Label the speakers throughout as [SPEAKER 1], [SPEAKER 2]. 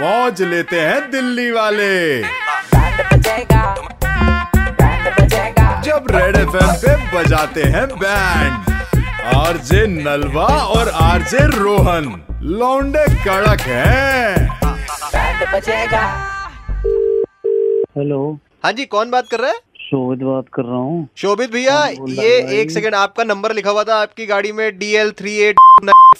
[SPEAKER 1] मौज लेते हैं दिल्ली वाले जब रेड एफ पे बजाते हैं बैंड आरजे नलवा और आरजे रोहन लौंडे कड़क हैं
[SPEAKER 2] हेलो
[SPEAKER 3] हाँ जी कौन बात कर रहा है
[SPEAKER 2] शोभित बात कर रहा हूँ हाँ,
[SPEAKER 3] शोभित भैया
[SPEAKER 2] बोल रहा
[SPEAKER 3] ये
[SPEAKER 2] है भाई?
[SPEAKER 3] एक सेकंड आपका नंबर लिखा हुआ था आपकी गाड़ी में D L three eight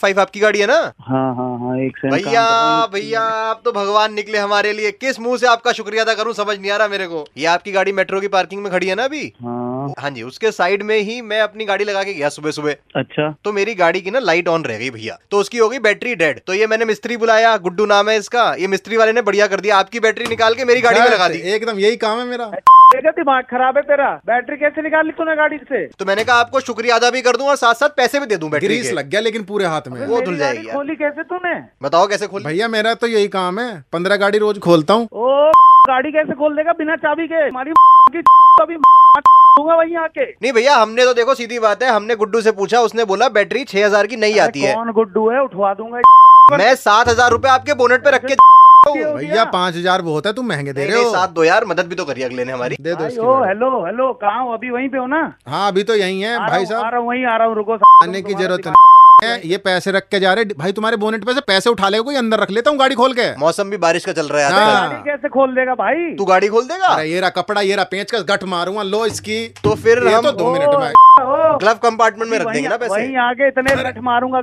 [SPEAKER 3] five आपकी गाड़ी है ना
[SPEAKER 2] हाँ हाँ हाँ एक सेकंड काम
[SPEAKER 3] भैया
[SPEAKER 2] कर रहा हूँ।
[SPEAKER 3] भैया आप तो भगवान निकले हमारे लिए किस मुंह से आपका शुक्रिया अदा करूं समझ नहीं आ रहा मेरे को ये आपकी गाड़ी मेट्रो की पार्किंग में खड़ी है ना अभी
[SPEAKER 2] हाँ
[SPEAKER 3] हाँ जी उसके साइड में ही मैं अपनी गाड़ी लगा के गया सुबह सुबह
[SPEAKER 2] अच्छा
[SPEAKER 3] तो मेरी गाड़ी की ना लाइट ऑन रह गई भैया तो उसकी हो गई बैटरी डेड तो ये मैंने मिस्त्री बुलाया गुड्डू नाम है इसका ये मिस्त्री वाले ने बढ़िया कर दिया आपकी बैटरी निकाल के मेरी गाड़ी में लगा दी
[SPEAKER 4] एकदम यही काम है मेरा
[SPEAKER 5] तेरा दिमाग खराब है तेरा बैटरी कैसे निकाल ली तूने गाड़ी से
[SPEAKER 3] तो मैंने कहा आपको शुक्रिया अदा भी कर दूं और साथ साथ पैसे भी दे दूं बैटरी
[SPEAKER 4] ग्रीस
[SPEAKER 3] के
[SPEAKER 4] लग गया लेकिन पूरे हाथ में
[SPEAKER 3] वो धुल
[SPEAKER 5] मेरी गाड़ी
[SPEAKER 3] जाएगी यार।
[SPEAKER 5] खोली कैसे तूने
[SPEAKER 3] बताओ कैसे खोल
[SPEAKER 4] भैया मेरा तो यही काम है पंद्रह गाड़ी रोज खोलता हूँ
[SPEAKER 5] ओ गाड़ी कैसे खोल देगा बिना चाबी के हमारी की तो अभी दूंगा वहीं आके
[SPEAKER 3] नहीं भैया हमने तो देखो सीधी बात है हमने गुड्डू से पूछा उसने बोला बैटरी 6000 की नहीं आती है
[SPEAKER 5] कौन गुड्डू है उठवा दूंगा
[SPEAKER 3] मैं सात हजार रूपए आपके बोनेट पे रख के
[SPEAKER 5] हो
[SPEAKER 4] भैया
[SPEAKER 5] गया।
[SPEAKER 4] पाँच हजार बहुत है तुम महंगे दे
[SPEAKER 3] नहीं,
[SPEAKER 4] रहे
[SPEAKER 3] नहीं,
[SPEAKER 4] हो
[SPEAKER 3] साथ दो यार मदद भी तो करिए अगले ने हमारी
[SPEAKER 4] दे दो
[SPEAKER 5] भाई,
[SPEAKER 4] इसकी
[SPEAKER 5] ओ
[SPEAKER 4] गाड़ी।
[SPEAKER 5] हेलो हेलो कहाँ हो अभी वहीं पे हो ना
[SPEAKER 4] हाँ अभी तो यही है
[SPEAKER 5] आ रहा
[SPEAKER 4] भाई
[SPEAKER 5] हूँ आ
[SPEAKER 4] साहब
[SPEAKER 5] रहा हूँ वहीं आ रहा हूँ रुको
[SPEAKER 4] आने की
[SPEAKER 5] तुम्हारा
[SPEAKER 4] जरूरत
[SPEAKER 5] दिमाग-
[SPEAKER 4] नहीं है ये पैसे रख के जा रहे भाई तुम्हारे बोनेट पे से पैसे उठा ले कोई अंदर रख लेता हूँ गाड़ी खोल के
[SPEAKER 3] मौसम भी बारिश का चल रहा है
[SPEAKER 4] हाँ।
[SPEAKER 3] आजकल
[SPEAKER 5] गाड़ी कैसे खोल देगा भाई
[SPEAKER 3] तू गाड़ी खोल देगा
[SPEAKER 4] अरे ये रहा कपड़ा ये रहा पेंच का गट मारूंगा लो इसकी
[SPEAKER 3] तो फिर
[SPEAKER 4] ये
[SPEAKER 3] हम
[SPEAKER 4] तो दो मिनट में
[SPEAKER 5] ओ,
[SPEAKER 3] ग्लव कंपार्टमेंट में रख
[SPEAKER 5] वहीं-
[SPEAKER 3] देंगे ना पैसे
[SPEAKER 5] वहीं आगे इतने रट मारूंगा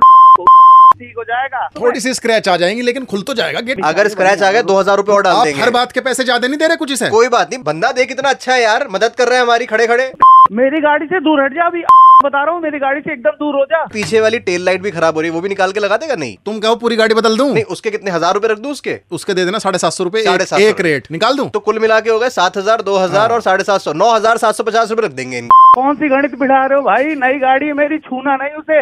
[SPEAKER 5] ठीक हो जाएगा
[SPEAKER 4] थोड़ी सी स्क्रैच आ जाएंगी लेकिन खुल तो जाएगा गेट
[SPEAKER 3] अगर स्क्रैच आ गया दो हजार रूपए और डाल
[SPEAKER 4] आप हर
[SPEAKER 3] देंगे
[SPEAKER 4] बात के पैसे ज्यादा नहीं दे रहे कुछ इसे
[SPEAKER 3] कोई बात नहीं बंदा देख कितना अच्छा है यार मदद कर रहा है हमारी खड़े खड़े
[SPEAKER 5] मेरी गाड़ी से दूर हट जा अभी बता रहा हूँ मेरी गाड़ी से एकदम दूर हो जा
[SPEAKER 3] पीछे वाली टेल लाइट भी खराब हो रही है वो भी निकाल के लगा देगा नहीं
[SPEAKER 4] तुम कहो पूरी गाड़ी बदल दूं
[SPEAKER 3] नहीं उसके कितने हजार रूपए रख दूं उसके
[SPEAKER 4] उसके दे देना साढ़े सात सौ रूपए
[SPEAKER 3] साढ़े
[SPEAKER 4] एक-
[SPEAKER 3] सात सौ
[SPEAKER 4] एक
[SPEAKER 3] रुपए।
[SPEAKER 4] रेट निकाल दूं
[SPEAKER 3] तो कुल मिला के हो गए सात हजार दो हजार और साढ़े सात सौ नौ हजार सात सौ पचास रूपए रख देंगे इनके।
[SPEAKER 5] कौन सी गणित बिठा रहे हो भाई नई गाड़ी है मेरी छूना नहीं उसे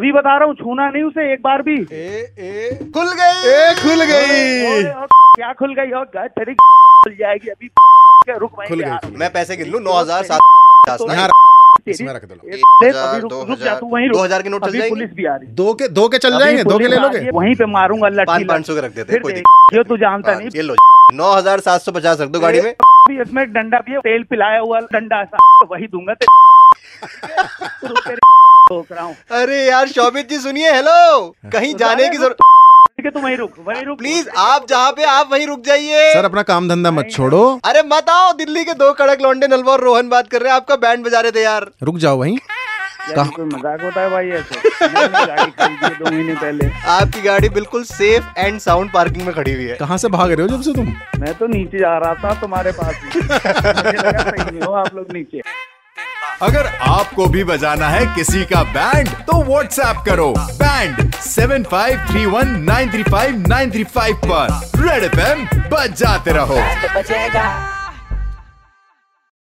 [SPEAKER 5] अभी बता रहा हूँ छूना नहीं उसे एक बार भी
[SPEAKER 3] खुल गए
[SPEAKER 4] ए, खुल गई
[SPEAKER 5] ओए, ओ, क्या खुल गई हो ग- तेरी खुल जाएगी अभी के रुक वहीं
[SPEAKER 4] खुल
[SPEAKER 5] पे
[SPEAKER 4] गई,
[SPEAKER 5] आ
[SPEAKER 4] खुल
[SPEAKER 3] मैं पैसे गिन लू नौ हजार सात पचास
[SPEAKER 4] यहाँ
[SPEAKER 5] तेरी-
[SPEAKER 4] इसमें रख दो लो।
[SPEAKER 5] ए,
[SPEAKER 3] एक
[SPEAKER 5] देख,
[SPEAKER 3] हजार,
[SPEAKER 5] अभी रुक-
[SPEAKER 3] दो
[SPEAKER 5] रुक जा,
[SPEAKER 3] हजार।
[SPEAKER 5] तू वहीं
[SPEAKER 3] दो
[SPEAKER 5] रुक।
[SPEAKER 3] हजार की नोट चल
[SPEAKER 5] अभी
[SPEAKER 3] जाएगी?
[SPEAKER 5] पुलिस भी आ रही है।
[SPEAKER 4] दो के दो के चल
[SPEAKER 5] अभी
[SPEAKER 4] जाएंगे दो के
[SPEAKER 5] पुलिस
[SPEAKER 4] ले
[SPEAKER 5] आ रही
[SPEAKER 4] लोगे
[SPEAKER 5] है, वहीं पे मारूंगा लट्ठी
[SPEAKER 3] पाँच पाँच सौ के रख देते
[SPEAKER 5] फिर तो
[SPEAKER 3] कोई
[SPEAKER 5] देख,
[SPEAKER 3] दिक्कत
[SPEAKER 5] ये तू जानता
[SPEAKER 3] नहीं। हाँ,
[SPEAKER 5] नहीं
[SPEAKER 3] ये लो नौ हजार सात सौ पचास रख दो गाड़ी में
[SPEAKER 5] अभी इसमें एक डंडा भी है तेल पिलाया हुआ डंडा सा वही दूंगा तेरे रुक, तेरी ठोक रहा हूँ
[SPEAKER 3] अरे यार शोभित जी सुनिए हेलो कहीं जाने की जरूरत
[SPEAKER 5] ठीक है तुम वहीं रुक वहीं रुक
[SPEAKER 3] प्लीज आप जहाँ पे आप वहीं रुक जाइए
[SPEAKER 4] सर अपना काम धंधा मत छोड़ो
[SPEAKER 3] अरे मत आओ दिल्ली के दो कड़क लौंडे नलवा और रोहन बात कर रहे हैं आपका बैंड बजा रहे थे यार
[SPEAKER 4] रुक जाओ वहीं
[SPEAKER 5] यार, ये कोई मजाक होता है भाई ऐसे मैंने गाड़ी खरीदी है दो महीने पहले
[SPEAKER 3] आपकी गाड़ी बिल्कुल सेफ एंड साउंड पार्किंग में खड़ी हुई है
[SPEAKER 4] कहाँ से भाग रहे हो जब से तुम
[SPEAKER 5] मैं तो नीचे जा रहा था तुम्हारे पास ही। मुझे लगा सही नहीं हो आप लोग नीचे
[SPEAKER 1] अगर आपको भी बजाना है किसी का बैंड तो व्हाट्सएप करो band seven five three one nine three five nine three five पर रेड एफ बजाते रहो
[SPEAKER 6] बचेगा